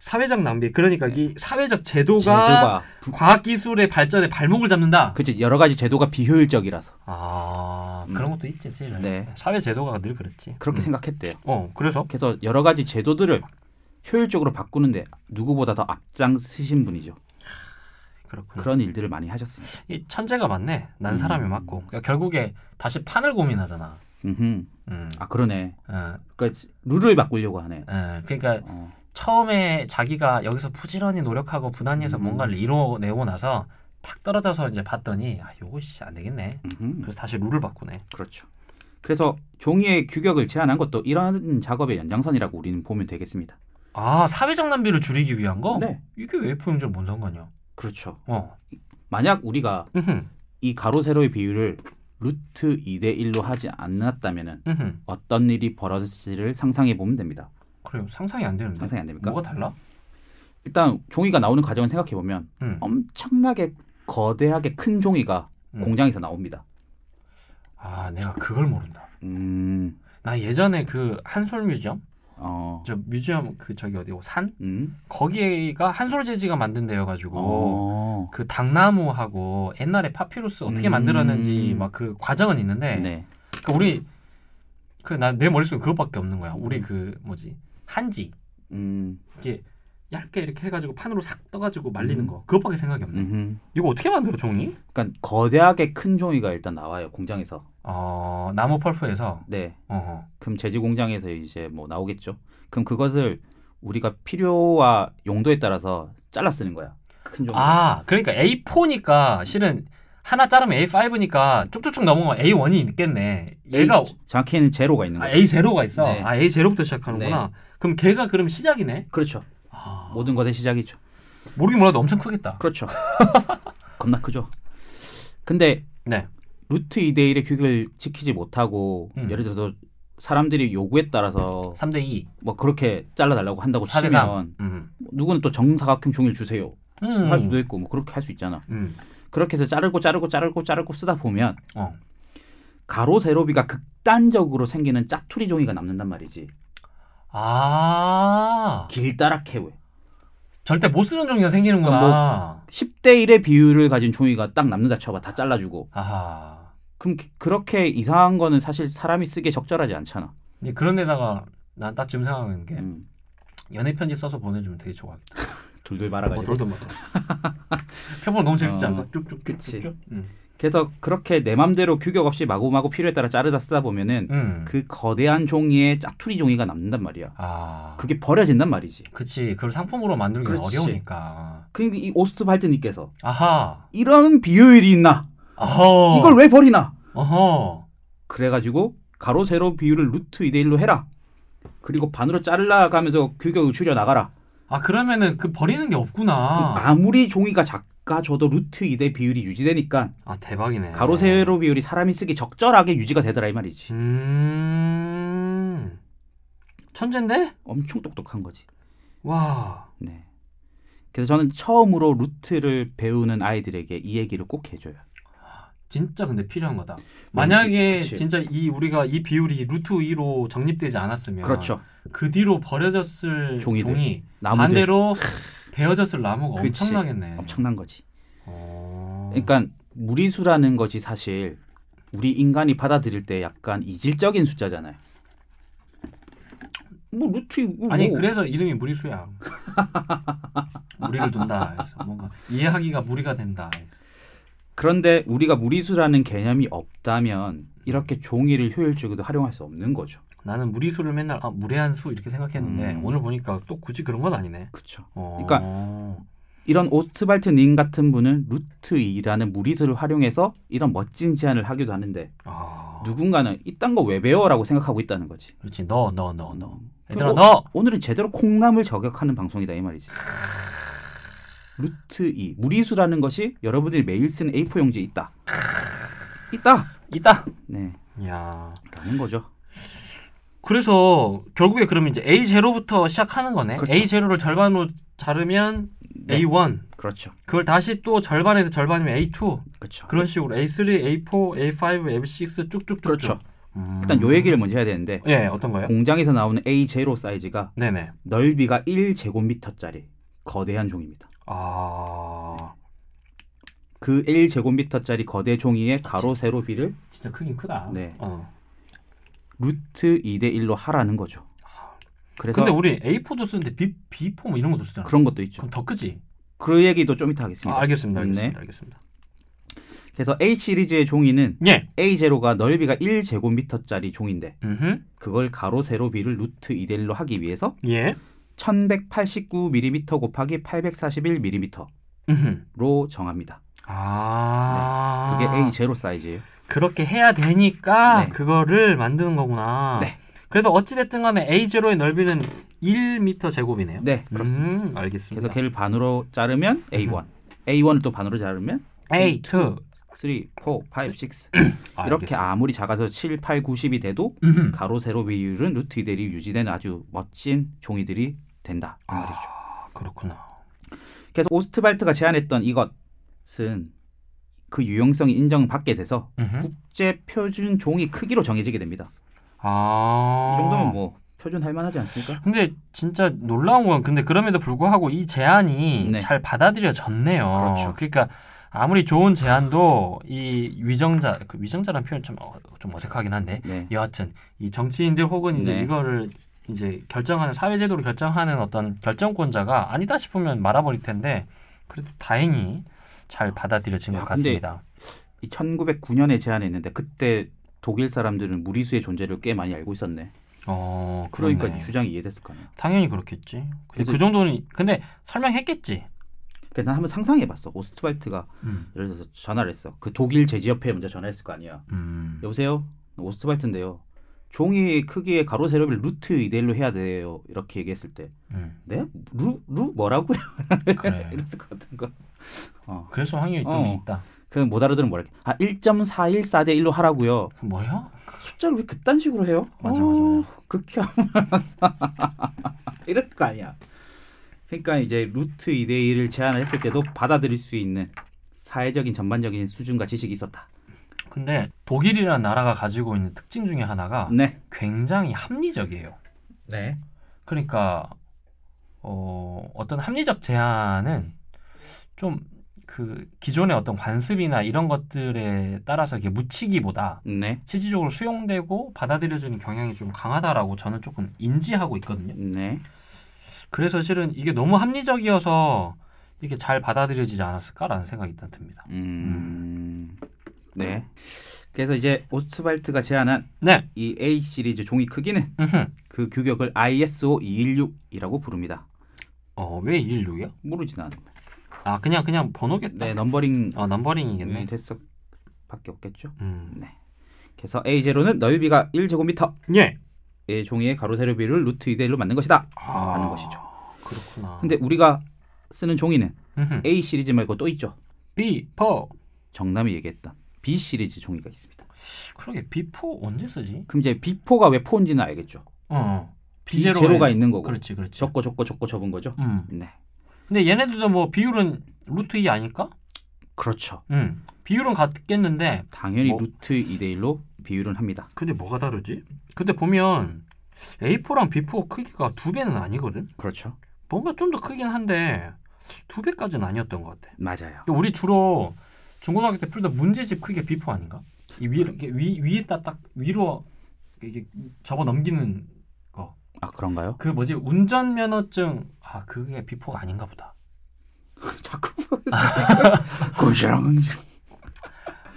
사회적 낭비 그러니까 이 사회적 제도가, 제도가 과학 기술의 발전에 발목을 잡는다. 그치 여러 가지 제도가 비효율적이라서 아 음. 그런 것도 있지 사실. 네. 사회 제도가 늘 그랬지. 그렇게 음. 생각했대요. 어 그래서 그래서 여러 가지 제도들을 효율적으로 바꾸는데 누구보다 더 앞장서신 분이죠. 그렇군. 그런 일들을 많이 하셨습니다. 이 천재가 맞네. 난 사람이 음. 맞고. 그러니까 결국에 다시 판을 고민하잖아. 음흠. 음. 아 그러네. 어, 그러니까 룰을 바꾸려고 하네. 어, 그러니까 어. 처음에 자기가 여기서 부지런히 노력하고 부단히해서 음. 뭔가를 이뤄내고 나서 탁 떨어져서 이제 봤더니 아 요거 씨안 되겠네. 음흠. 그래서 다시 룰을 바꾸네. 그렇죠. 그래서 종이의 규격을 제한한 것도 이런 작업의 연장선이라고 우리는 보면 되겠습니다. 아 사회적 낭비를 줄이기 위한 거? 네, 이게 웨이프 용절 뭔 상관이야? 그렇죠. 어. 만약 우리가 으흠. 이 가로 세로의 비율을 루트 2대 1로 하지 않았다면은 으흠. 어떤 일이 벌어질지를 상상해 보면 됩니다. 그래요. 상상이 안 되는데. 상상이 안 됩니까? 네. 뭐가 달라? 일단 종이가 나오는 과정을 생각해 보면 음. 엄청나게 거대하게 큰 종이가 음. 공장에서 나옵니다. 아, 내가 그걸 모른다. 음, 나 예전에 그 한솔 뮤지엄 어. 저 뮤지엄 그 저기 어디 산 음. 거기가 한솔 재지가 만든 데여가지고 어. 그 당나무하고 옛날에 파피루스 어떻게 음. 만들었는지 막 그 과정은 있는데 네. 그 우리 그 나 내 머릿속에 그것밖에 없는 거야. 우리 그 뭐지 한지 음. 이게 얇게 이렇게 해가지고 판으로 싹 떠가지고 말리는 음. 거 그것밖에 생각이 없네. 음. 이거 어떻게 만들어 종이? 그러니까 거대하게 큰 종이가 일단 나와요 공장에서. 어 나무 펄프에서 네. 어 그럼 제지 공장에서 이제 뭐 나오겠죠. 그럼 그것을 우리가 필요와 용도에 따라서 잘라 쓰는 거야. 큰 종이. 아 그러니까 A4니까 실은 하나 자르면 A5니까 쭉쭉쭉 넘어가 A1이 있겠네. 얘가 A- 정확히는 제로가 있는 아, 거야. A0가 있어. 네. 아 A0부터 시작하는구나. 그럼 걔가 그럼 시작이네. 그렇죠. 아, 모든 것의 시작이죠. 모르긴 몰라도 엄청 크겠다. 그렇죠. 겁나 크죠. 근데 네. 루트 2대 1의 규격을 지키지 못하고 음. 예를 들어서 사람들이 요구에 따라서 3대 2. 뭐 그렇게 잘라달라고 한다고 4대 치면 3. 음. 누구는 또 정사각형 종이를 주세요 음. 할 수도 있고 뭐 그렇게 할 수 있잖아. 음. 그렇게 해서 자르고 자르고 자르고 자르고 쓰다 보면 어. 가로 세로비가 극단적으로 생기는 짜투리 종이가 남는단 말이지. 아 길다랗게 왜? 절대 못 쓰는 종이가 생기는구나. 그러니까 10대 1의 비율을 가진 종이가 딱 남는다 쳐봐. 다 잘라주고. 아하. 그럼 기- 그렇게 이상한 거는 사실 사람이 쓰기에 적절하지 않잖아. 이제 그런 데다가 난 딱 지금 생각하는 게 음. 연애 편지 써서 보내주면 되게 좋아하겠다. 둘둘 어, 말아가지고. 돌돌 말아. 표본 너무 재밌지 어, 않나? 쭉쭉 그치. 쭉쭉. 음. 그래서 그렇게 내 맘대로 규격 없이 마구마구 필요에 따라 자르다 쓰다 보면은 음. 그 거대한 종이에 짜투리 종이가 남는단 말이야. 아. 그게 버려진단 말이지. 그치. 그걸 상품으로 만들기 는 그렇지. 어려우니까. 그러니까 이 오스트 발트님께서 아하. 이런 비효율이 있나? 어허. 이걸 왜 버리나? 어허. 그래가지고 가로 세로 비율을 루트 2대 1로 해라. 그리고 반으로 잘라가면서 규격을 줄여 나가라. 아 그러면은 그 버리는 게그 없구나. 아무리 종이가 작아져도 루트 2대 비율이 유지되니까 아 대박이네. 가로 세로 비율이 사람이 쓰기 적절하게 유지가 되더라 이 말이지. 음. 천재인데? 엄청 똑똑한 거지. 와. 네. 그래서 저는 처음으로 루트를 배우는 아이들에게 이 얘기를 꼭 해줘요. 진짜 근데 필요한 거다. 만약에 음, 그치. 진짜 이 우리가 이 비율이 루트 2로 정립되지 않았으면 그렇죠. 그 뒤로 버려졌을 종이들, 종이 나무들 반대로 베어졌을 나무가 그치. 엄청나겠네. 엄청난 거지. 어. 그러니까 무리수라는 것이 사실 우리 인간이 받아들일 때 약간 이질적인 숫자잖아요. 뭐 루트 이거 아니 뭐. 그래서 이름이 무리수야. 무리를 둔다. 그래서 뭔가 이해하기가 무리가 된다. 그런데 우리가 무리수라는 개념이 없다면 이렇게 종이를 효율적으로 활용할 수 없는 거죠. 나는 무리수를 맨날 아, 무례한 수 이렇게 생각했는데 음. 오늘 보니까 또 굳이 그런 건 아니네. 그렇죠. 어. 그러니까 이런 오스트발트 님 같은 분은 루트 2라는 무리수를 활용해서 이런 멋진 제안을 하기도 하는데 아. 누군가는 이딴 거 왜 배워라고 생각하고 있다는 거지. 그렇지. 너 너 너 어, 너. 얘들아 그리고- 너. 오늘은 제대로 콩나물 저격하는 방송이다 이 말이지. 루트 2 무리수라는 것이 여러분들이 매일 쓰는 A4 용지에 있다. 있다. 있다. 네. 야. 라는 거죠. 그래서 결국에 그러면 이제 A0부터 시작하는 거네. 그렇죠. A0를 절반으로 자르면 네. A1. 그렇죠. 그걸 다시 또 절반에서 절반이면 A2. 그렇죠. 그런 식으로 A3, A4, A5, A6 쭉쭉쭉. 그렇죠. 음. 일단 요 얘기를 먼저 해야 되는데 예, 어떤 거예요? 공장에서 나오는 A0 사이즈가 네, 네. 넓이가 1제곱미터짜리 거대한 종입니다. 아. 그 1제곱미터짜리 거대 종이의 가로 세로 비를 진짜 크긴 크다. 네. 어. 루트 2대 1로 하라는 거죠. 그래서 근데 우리 A4도 쓰는데 B, B4 뭐 이런 것도 쓰잖아. 그런 것도 있죠. 그럼 더 크지? 그 얘기도 좀 이따 아, 하겠습니다. 알겠습니다. 알겠습니다. 네. 알겠습니다. 그래서 A 시리즈의 종이는 예. A0가 넓이가 1제곱미터짜리 종인데 음. 그걸 가로 세로 비를 루트 2대 1로 하기 위해서 예. 1189mm 곱하기 841mm로 음. 정합니다. 아. 그게 A0 사이즈예요. 그렇게 해야 되니까 네. 그거를 만드는 거구나. 네. 그래도 어찌됐든 간에 A0의 넓이는 1m 제곱이네요. 네, 그렇습니다. 음, 알겠습니다. 음. 그래서 걔를 반으로 자르면 A1, A1을 또 반으로 자르면 A2. 3, 4, 5, 6 아, 이렇게 아무리 작아서 7, 8, 90이 돼도 알겠습니다. 음. 가로 세로 비율은 루트 2대 1이 유지된 아주 멋진 종이들이 된다 이 말이죠. 아, 그렇구나. 그래서 오스트발트가 제안했던 이것은 그 유용성이 인정받게 돼서 음흠. 국제 표준 종이 크기로 정해지게 됩니다. 아. 이 정도면 뭐 표준할 만하지 않습니까? 근데 진짜 놀라운 건 근데 그럼에도 불구하고 이 제안이 네. 잘 받아들여졌네요. 그렇죠. 러니까 아무리 좋은 제안도 이 위정자 그 위정자라는 표현 좀, 어- 좀 어색하긴 한데 네. 여하튼 이 정치인들 혹은 이제 네. 이거를 이제 결정하는 사회제도를 결정하는 어떤 결정권자가 아니다 싶으면 말아버릴 텐데 그래도 다행히 잘 받아들여진 야, 것 근데 같습니다. 이 1909년에 제안했는데 그때 독일 사람들은 무리수의 존재를 꽤 많이 알고 있었네. 어 그러니까 그렇네. 이 주장이 이해됐을 거 아니야. 당연히 그렇겠지. 근데 그래서- 그 정도는 근데 설명했겠지. 그러니까 난 한번 상상해봤어. 오스트발트가 예를 들어서 전화를 했어. 그 독일 제지협회에 먼저 전화했을 거 아니야. 음. 여보세요? 오스트발트인데요. 종이 크기의 가로 세로를 루트 이대로 해야 돼요. 이렇게 얘기했을 때, 음. 네? 루, 루 뭐라고요? 그래. 이랬을 것 같은 거. 어. 그래서 확률이 좀 어. 있다. 그럼 못 알아들으면 뭐랄까? 아, 1.414 대 1로 하라고요. 그 뭐야? 숫자를 왜 그딴 식으로 해요? 어, 맞아, 맞아, 맞아. 극혐. 이럴 거 아니야. 그러니까 이제 루트 2대 1을 제안을 했을 때도 받아들일 수 있는 사회적인 전반적인 수준과 지식이 있었다. 근데 독일이라는 나라가 가지고 있는 특징 중에 하나가 네. 굉장히 합리적이에요. 네. 그러니까 어, 어떤 합리적 제안은 좀 그 기존의 어떤 관습이나 이런 것들에 따라서 이렇게 묻히기보다 네. 실질적으로 수용되고 받아들여지는 경향이 좀 강하다라고 저는 조금 인지하고 있거든요. 네. 그래서 실은 이게 너무 합리적이어서 이게 잘 받아들여지지 않았을까라는 생각이 일단 듭니다. 음. 네. 그래서 이제 오스트발트가 제안한 네. 이 A 시리즈 종이 크기는 음흠. 그 규격을 ISO 216이라고 부릅니다. 어, 왜 116이야? 모르진 않아. 아 그냥 그냥 번호겠다. 네, 넘버링 어 넘버링이겠네. 네, 됐어 밖에 없겠죠. 음. 그래서 A0는 넓이가 1제곱미터 예. 의 종이의 가로 세로 비를 루트 2대 1로 만든 것이다. 아, 하는 것이죠. 그렇구나. 근데 우리가 쓰는 종이는 음흠. A 시리즈 말고 또 있죠. 비포. 정남이 얘기했던 B 시리즈 종이가 있습니다. 그러게 비포 언제 쓰지? 그럼 이제 B4가 왜 4인지는 알겠죠. 어, 어. B0가, 비제로가 있는 있는 거고 그렇지, 그렇지. 적고 적고 적고 적은 거죠. 음. 네, 근데 얘네들도 뭐 비율은 루트 2 아닐까? 그렇죠. 음. 비율은 같겠는데 당연히 뭐- 루트 2대 1로 비율은 합니다. 근데 뭐가 다르지? 근데 보면 A4랑 B4 크기가 두 배는 아니거든. 그렇죠. 뭔가 좀 더 크긴 한데 두 배까지는 아니었던 것 같아. 맞아요. 근데 우리 주로 중고등학교 때 풀던 문제집 크게 비포 아닌가? 이 위에 이렇게 위 위에다 딱 위로 이게 접어 넘기는 아 그런가요? 그 뭐지 운전면허증 아 그게 비포가 아닌가 보다. 자꾸 궁시렁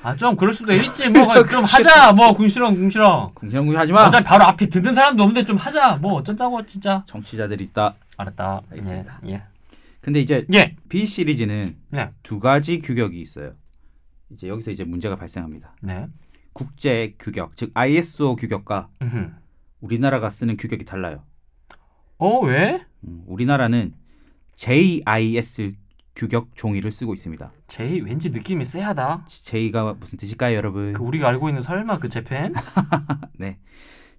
아 좀 그럴 수도 있지 뭐 좀 하자 뭐 궁시렁 궁시렁. 궁시렁 궁시렁 하지 마. 어차피 바로 앞에 듣는 사람도 없는데 좀 하자 뭐 어쩐다고 진짜. 정치자들이 있다. 알았다. 알겠습니다. 예. 예. 근데 이제 예. B 시리즈는 네. 두 가지 규격이 있어요. 이제 여기서 이제 문제가 발생합니다. 네. 국제 규격, 즉 ISO 규격과 음흠. 우리나라가 쓰는 규격이 달라요. 어 왜? 음, 우리나라는 JIS 규격 종이를 쓰고 있습니다. 제이 왠지 느낌이 쎄하다. J가 무슨 뜻일까요, 여러분? 그 우리가 알고 있는 설마 그 재팬? 네.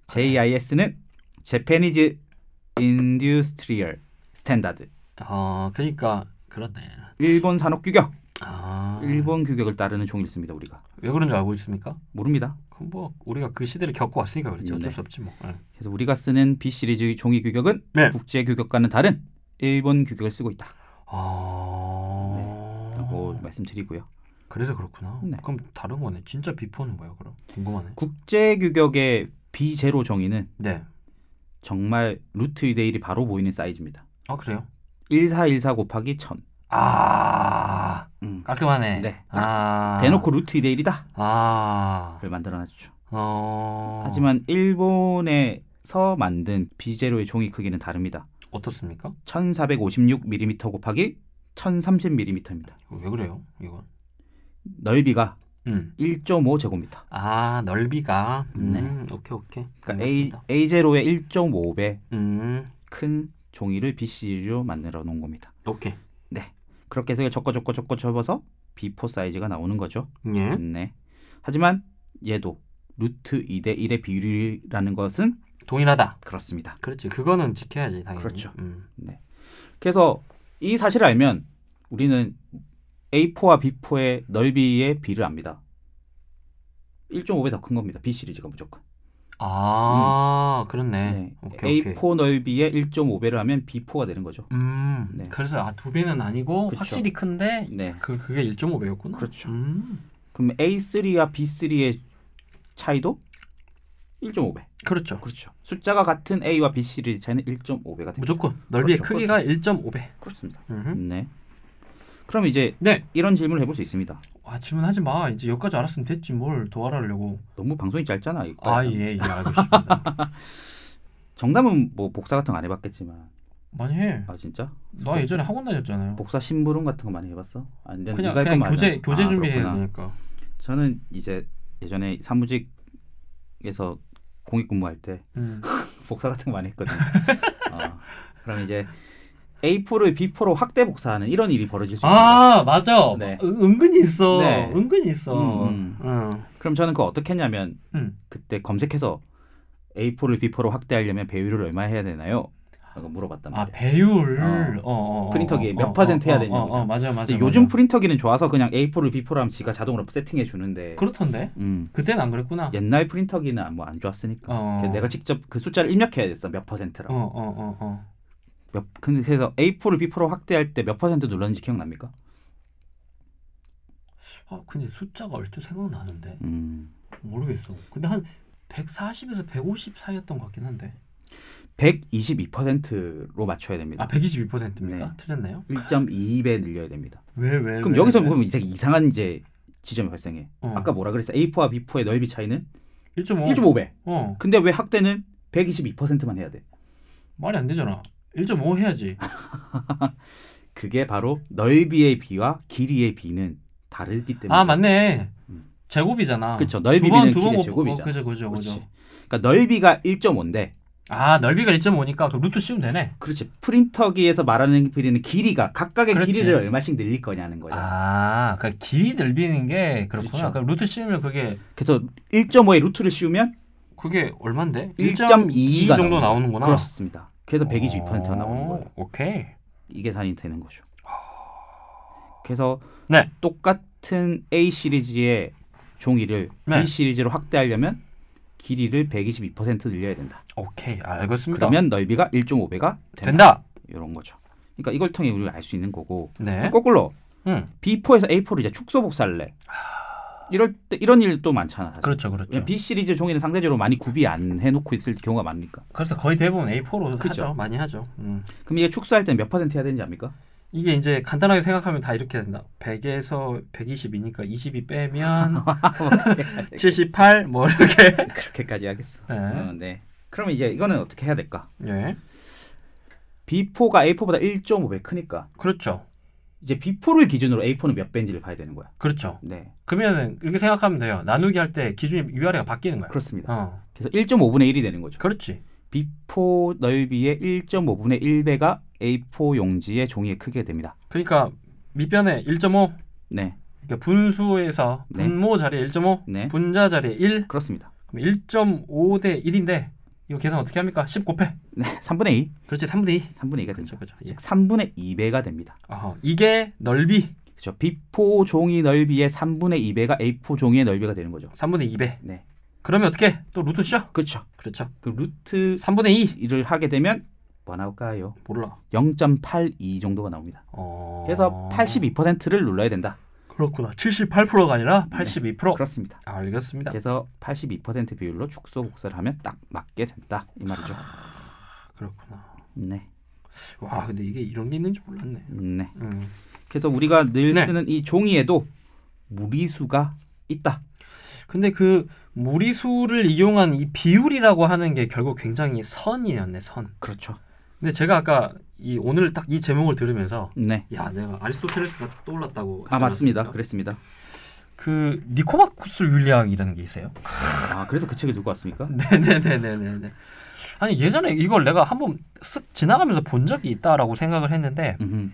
JIS는 Japanese Industrial Standard. 어 그러니까 그렇네. 일본 산업 규격, 아. 일본 규격을 따르는 종이를 씁니다, 우리가. 왜 그런 줄 알고 있습니까? 모릅니다. 그럼 뭐 우리가 그 시대를 겪고 왔으니까 그렇지 어쩔 네. 수 없지 뭐. 예. 그래서 우리가 쓰는 B 시리즈 종이 규격은 네. 국제 규격과는 다른 일본 규격을 쓰고 있다. 아. 라고 말씀드리고요. 그래서 그렇구나. 뭐 네. 그럼 다른 거네. 진짜 비포는 뭐야 그럼? 궁금하네. 국제 규격의 B0 종이는 네. 정말 루트 2대 1이 바로 보이는 사이즈입니다. 아 그래요? 1414 곱하기 1000. 아 음. 깔끔하네. 네. 아. 대놓고 루트 2대 1이다를 아. 만들어놨죠. 어. 하지만 일본에서 만든 B0의 종이 크기는 다릅니다. 어떻습니까? 1456mm 곱하기 1030mm입니다. 왜 그래요? 이건. 넓이가 음. 1.5 제곱미터. 아 넓이가. 음. 오케이 오케이. 그러니까 A, 알겠습니다. A0의 1.5배 음. 큰 종이를 BC로 만들어 놓은 겁니다. 오케이. 그렇게 해서 적고 적고 적고 접어서 B4 사이즈가 나오는 거죠. 예. 네. 하지만 얘도 루트 2대 1의 비율이라는 것은 동일하다. 그렇습니다. 그렇지. 그거는 지켜야지 당연히. 그렇죠. 음. 그래서 이 사실을 알면 우리는 A4와 B4의 넓이의 비를 압니다. 1.5배 더 큰 겁니다. B 시리즈가 무조건. 음. 아 그렇네. 오케이 오케이. A4 넓이의 1.5배를 하면 B4가 되는 거죠. 음 네. 그래서 아 두 배는 아니고 그쵸. 확실히 큰데 네. 그 그게 1.5배였구나. 그렇죠. 음, 그럼 A3와 B3의 차이도 1.5배. 그렇죠. 그렇죠. 숫자가 같은 A와 B 시리즈 차이는 1.5배가 됩니다. 무조건 넓이의 그렇죠, 크기가 1.5배. 그렇습니다. 음. 네. 그럼 이제 네. 이런 질문을 해볼 수 있습니다. 아 질문하지 마. 이제 여기까지 알았으면 됐지 뭘 도와라려고. 너무 방송이 짧잖아. 이거. 아 예예 알고 있습니다. 정답은 뭐 복사 같은 거 안 해봤겠지만. 많이 해. 아 진짜? 나 예전에 학원 다녔잖아요. 복사 심부름 같은 거 많이 해봤어? 안 되는 그냥 뭐, 네가 할거 그냥 많이 교재 하잖아. 교재 음. 아, 준비해야 그렇구나. 되니까. 저는 이제 예전에 사무직에서 공익근무할 때 음. 복사 같은 거 많이 했거든요. 어, 그럼 이제 A4를 B4로 확대 복사하는 이런 일이 벌어질 수 있습니다. 아 맞아. 네. 은- 은근히 있어. 네. 은근히 있어. 음, 응. 그럼 저는 그거 어떻게 했냐면 음. 그때 검색해서 A4를 B4로 확대하려면 배율을 얼마 해야 되나요? 라고 물어봤단 아 말이에요. 배율. 어. 어, 어, 어, 프린터기에 어, 몇 어, 퍼센트 해야 어, 되냐고. 어, 어, 맞아 맞아. 근데 요즘 맞아. 프린터기는 좋아서 그냥 A4를 B4로 하면 지가 자동으로 세팅해 주는데 그렇던데. 음, 그때는 안 그랬구나. 옛날 프린터기는 뭐 안 좋았으니까 어. 그래서 내가 직접 그 숫자를 입력해야 됐어 몇 퍼센트라고. 어 어 어 어. 몇 근데 그래서 A4를 B4로 확대할 때 몇 퍼센트 눌렀는지 기억납니까? 아 근데 숫자가 얼추 생각나는데 음. 모르겠어. 근데 한 140에서 150 사이였던 것 같긴 한데. 122%로 맞춰야 됩니다. 아 122%입니까? 네. 틀렸네요. 1.2배 늘려야 됩니다. 왜 왜? 그럼 왜, 여기서 왜? 보면 이제 이상한 이제 지점이 발생해. 아, 네. 어. 아까 뭐라 그랬어? A4와 B4의 넓이 차이는 1.5. 1.5배. 어 근데 왜 학대는 122%만 해야 돼? 말이 안 되잖아. 1.5 해야지. 그게 바로 넓이의 비와 길이의 비는 다르기 때문에. 아 맞네. 음. 제곱이잖아. 그쵸. 넓이 두 번, 비는 두 번 길의 곱- 제곱이잖아. 어, 그죠 그죠 그렇지. 그죠. 그러니까 넓이가 1.5인데, 아 넓이가 1.5니까 그 루트 씌우면 되네. 그렇지. 프린터기에서 말하는 길이는 길이가 각각의 그렇지. 길이를 얼마씩 늘릴 거냐는 거야. 아, 그러니까 길이 넓이는 게 그렇구나. 그렇죠. 그럼 루트 씌우면 그게 그래서 1.5의 루트를 씌우면 그게 얼마인데? 1.2 가 정도 나오네. 나오는구나. 그렇습니다. 그래서 122%가 나오는 어, 거예요. 오케이. 이게 산이 되는 거죠. 그래서 아. 네. 똑같은 A 시리즈의 종이를 네. B 시리즈로 확대하려면 길이를 122% 늘려야 된다. 오케이. 알겠습니다. 그러면 넓이가 1.5배가 된다. 그러니까. 된다. 이런 거죠. 그러니까 이걸 통해 우리가 알 수 있는 거고 네. 거꾸로 응. B4에서 A4를 이제 축소 복사할래. 이럴 때 이런 일도 많잖아. 사실. 그렇죠. 그렇죠. 왜냐면 B 시리즈 종이는 상대적으로 많이 구비 안 해놓고 있을 경우가 많으니까. 그래서 거의 대부분 A4로 그쵸. 하죠. 많이 하죠. 음. 그럼 이게 축소할 때 몇 퍼센트 해야 되는지 압니까? 이게 이제 간단하게 생각하면 다 이렇게 된다. 100에서 120이니까 22 빼면 78 뭐 이렇게. 그렇게까지 하겠어. 네. 어, 네. 그럼 이제 이거는 어떻게 해야 될까? 예. B4가 A4보다 1.5배 크니까 그렇죠. 이제 B4를 기준으로 A4는 몇 배인지를 봐야 되는 거야. 그렇죠. 네, 그러면은 이렇게 생각하면 돼요. 나누기 할 때 기준이 위아래가 바뀌는 거야. 그렇습니다. 어. 그래서 1.5분의 1이 되는 거죠. 그렇지. B4 넓이의 1.5분의 1배가 A4 용지의 종이의 크기가 됩니다. 그러니까 밑변에 1.5 네, 그러니까 분수에서 네. 분모 자리에 1.5 네, 분자 자리에 1 그렇습니다. 그럼 1.5 대 1인데 이거 계산 어떻게 합니까? 10 곱해. 네, 3분의 2, 그렇지. 3분의 2. 3분의 그렇죠. 2가 됩니다. 그렇죠. 예. 즉 3분의 2배가 됩니다. 어, 이게 넓이 그렇죠. B4 종이 넓이의 3분의 2배가 A4 종이의 넓이가 되는 거죠. 3분의 2배. 네, 그러면 어떻게? 또 루트 씌어? 그렇죠. 그렇죠. 그 루트 3분의 2. 2를 하게 되면 뭐 나올까요? 몰라. 0.82 정도가 나옵니다. 어. 그래서 82%를 눌러야 된다. 그렇구나. 78%가 아니라 82%. 그렇습니다. 예. 아, 알겠습니다. 그래서 82% 비율로 축소 복사를 하면 딱 맞게 된다 이 말이죠. 그렇구나. 네, 와, 근데 이게 이런 게 있는지 몰랐네. 네. 음. 그래서 우리가 늘 네. 쓰는 이 종이에도 무리수가 있다. 근데 그 무리수를 이용한 이 비율이라고 하는 게 결국 굉장히 선이었네, 선. 그렇죠. 근데 제가 아까 이 오늘 딱 이 제목을 들으면서 네. 야, 내가 아리스토텔레스가 떠올랐다고 아 했지 맞습니다. 않았습니까? 그랬습니다. 그 니코마쿠스 윤리학이라는 게 있어요. 아 그래서 그 책을 들고 왔습니까? 네네네네네. 아니 예전에 이걸 내가 한번 쓱 지나가면서 본 적이 있다라고 생각을 했는데 음,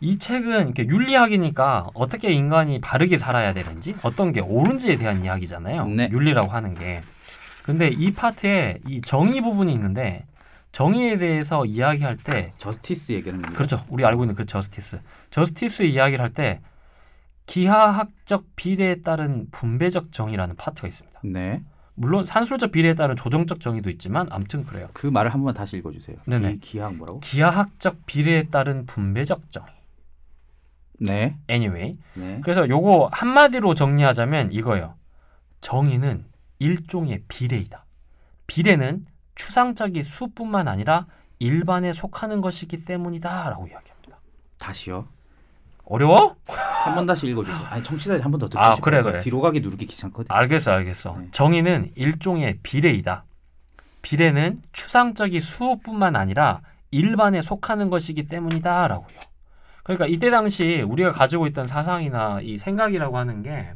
이 책은 이렇게 윤리학이니까 어떻게 인간이 바르게 살아야 되는지 어떤 게 옳은지에 대한 이야기잖아요. 네. 윤리라고 하는 게. 근데 이 파트에 이 정의 부분이 있는데 정의에 대해서 이야기할 때 저스티스 얘기하는 겁니다. 그렇죠. 우리 알고 있는 그 저스티스. 저스티스 이야기를 할 때 기하학적 비례에 따른 분배적 정의라는 파트가 있습니다. 네. 물론 산술적 비례에 따른 조정적 정의도 있지만 암튼 그래요. 그 말을 한 번만 다시 읽어주세요. 네네. 기, 기하학 뭐라고? 기하학적 비례에 따른 분배적 정의. 네. Anyway, 네. 그래서 요거 한마디로 정리하자면 이거예요. 정의는 일종의 비례이다. 비례는 추상적인 수뿐만 아니라 일반에 속하는 것이기 때문이다라고 이야기합니다. 다시요. 어려워? 한 번 다시 읽어주세요. 아니 아, 청취자들이 한 번 더 듣고 아, 싶어요. 그래, 그러니까 그래. 뒤로 가기 누르기 귀찮거든. 알겠어, 알겠어. 네. 정의는 일종의 비례이다. 비례는 추상적인 수뿐만 아니라 일반에 속하는 것이기 때문이다라고요. 그러니까 이때 당시 우리가 가지고 있던 사상이나 이 생각이라고 하는 게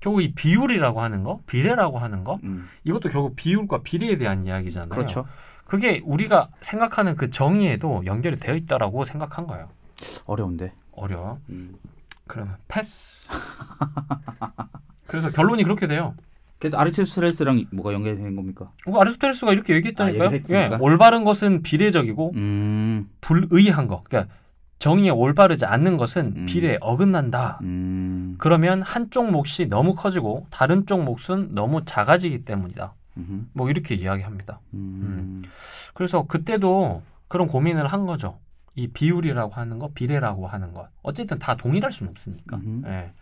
결국 이 비율이라고 하는 거, 비례라고 하는 거, 음, 이것도 결국 비율과 비례에 대한 이야기잖아요. 그렇죠. 그게 우리가 생각하는 그 정의에도 연결이 되어 있다라고 생각한 거예요. 어려운데. 어려워. 음. 그러면 패스. 그래서 결론이 그렇게 돼요. 그래서 아르티스트레스랑 뭐가 연결되는 겁니까? 어, 아리스토텔레스가 이렇게 얘기했다니까요. 아, 얘기했습니까? 예, 올바른 것은 비례적이고 음, 불의한 것, 그러니까 정의에 올바르지 않는 것은 음. 비례에 어긋난다. 음, 그러면 한쪽 몫이 너무 커지고 다른 쪽 몫은 너무 작아지기 때문이다. 음, 뭐 이렇게 이야기합니다. 음. 그래서 그때도 그런 고민을 한 거죠. 이 비율이라고 하는 것, 비례라고 하는 것. 어쨌든 다 동일할 수는 없으니까. 음. 예.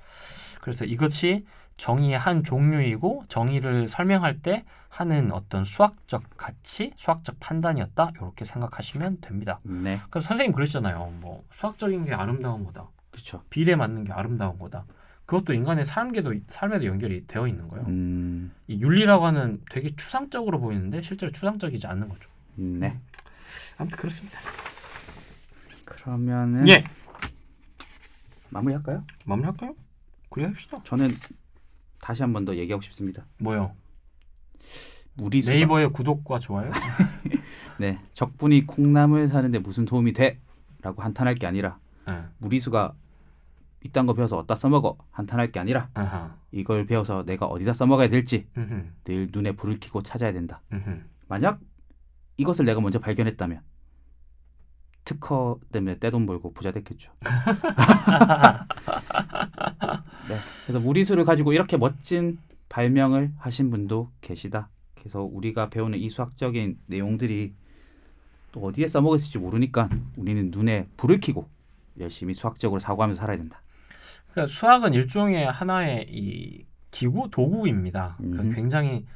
그래서 이것이 정의의 한 종류이고 정의를 설명할 때 하는 어떤 수학적 가치, 수학적 판단이었다. 이렇게 생각하시면 됩니다. 네, 그래서 선생님 그러셨잖아요. 뭐 수학적인 게 아름다운 거다. 그렇죠. 비례 맞는 게 아름다운 거다. 그것도 인간의 삶에도 삶에도 연결이 되어 있는 거예요. 음, 이 윤리라고 하는 되게 추상적으로 보이는데 실제로 추상적이지 않는 거죠. 네. 아무튼 그렇습니다. 그러면은 예. 마무리할까요? 마무리할까요? 그래 합시다. 저는 다시 한 번 더 얘기하고 싶습니다. 뭐요? 우리 수가- 네이버의 구독과 좋아요? 네, 적분이 콩나물 사는데 무슨 도움이 돼?라고 한탄할 게 아니라 예. 무리수가 이딴 거 배워서 어디다 써먹어 한탄할 게 아니라 아하. 이걸 배워서 내가 어디다 써먹어야 될지 음흠. 늘 눈에 불을 켜고 찾아야 된다. 음흠. 만약 이것을 내가 먼저 발견했다면 특허 때문에 떼돈 벌고 부자 됐겠죠. 네, 그래서 무리수를 가지고 이렇게 멋진 발명을 하신 분도 계시다. 그래서 우리가 배우는 이 수학적인 내용들이 또 어디에 써먹을지 모르니까 우리는 눈에 불을 켜고 열심히 수학적으로 사고하면서 살아야 된다. 그러니까 수학은 일종의 하나의 이 기구 도구입니다. 그러니까 음. 굉장히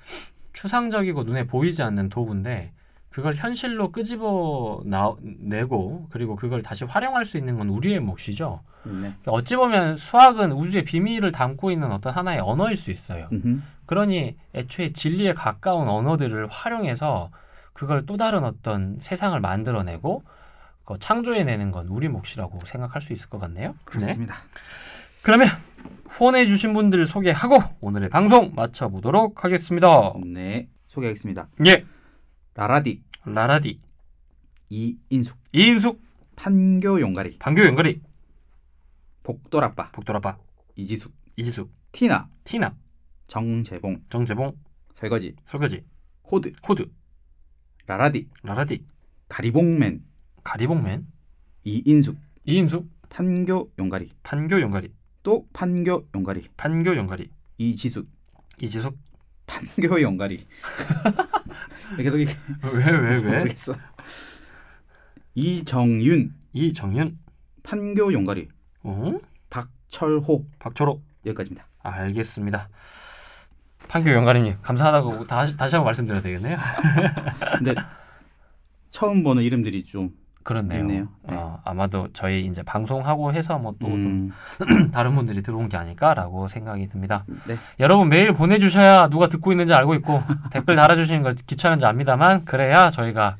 추상적이고 눈에 보이지 않는 도구인데 그걸 현실로 끄집어 나, 내고 그리고 그걸 다시 활용할 수 있는 건 우리의 몫이죠. 네. 그러니까 어찌 보면 수학은 우주의 비밀을 담고 있는 어떤 하나의 언어일 수 있어요. 음흠. 그러니 애초에 진리에 가까운 언어들을 활용해서 그걸 또 다른 어떤 세상을 만들어내고 그거 창조해내는 건 우리 몫이라고 생각할 수 있을 것 같네요. 네. 그렇습니다. 그러면 후원해 주신 분들을 소개하고 오늘의 방송 마쳐보도록 하겠습니다. 네, 소개하겠습니다. 예, 라라디 라라디, 이인숙 이인숙, 판교 용가리 방교 연거리, 복돌아빠 복돌아빠, 이지숙 이지숙, 티나 티나, 정재봉 정재봉, 설거지 설거지, 호드 코드, 라라디 라라디, 가리봉맨 가리봉맨, 이인숙 이인숙, 판교 용가리 판교 연거리, 또 판교 용가리 판교 연거리, 이지숙 이지숙, 판교 용가리 계속 이렇게 왜 왜 왜? 모르겠어 이정윤 이정윤, 판교 용가리 어? 박철호 박초록, 여기까지입니다. 알겠습니다. 판교 연거리님 감사하다고 다시 다시 한번 말씀드려야 되겠네요. 근데 처음 보는 이름들이 좀 그렇네요. 있네요. 네. 어, 아마도 저희 이제 방송하고 해서 뭐 또 좀 음, 다른 분들이 들어온 게 아닐까라고 생각이 듭니다. 네. 여러분 메일 보내주셔야 누가 듣고 있는지 알고 있고 댓글 달아주시는 거 귀찮은지 압니다만 그래야 저희가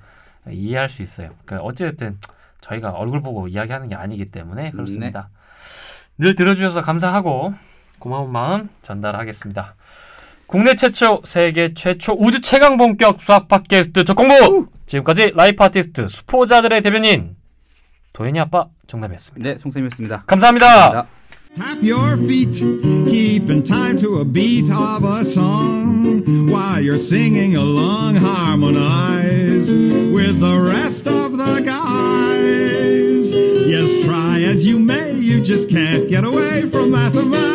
이해할 수 있어요. 그 어찌됐든 저희가 얼굴 보고 이야기하는 게 아니기 때문에 그렇습니다. 늘 들어주셔서 감사하고 고마운 마음 전달하겠습니다. 국내 최초, 세계 최초 우주 최강 본격 수학 팟캐스트 적공부! 지금까지 라이프 아티스트 수포자들의 대변인 도현이 아빠 정답이었습니다. 네, 송쌤이었습니다. 감사합니다. Tap your feet, keeping time to a beat of a song while you're singing along. Harmonize with the rest of the guys. Yes, try as you may, you just can't get away from mathematics.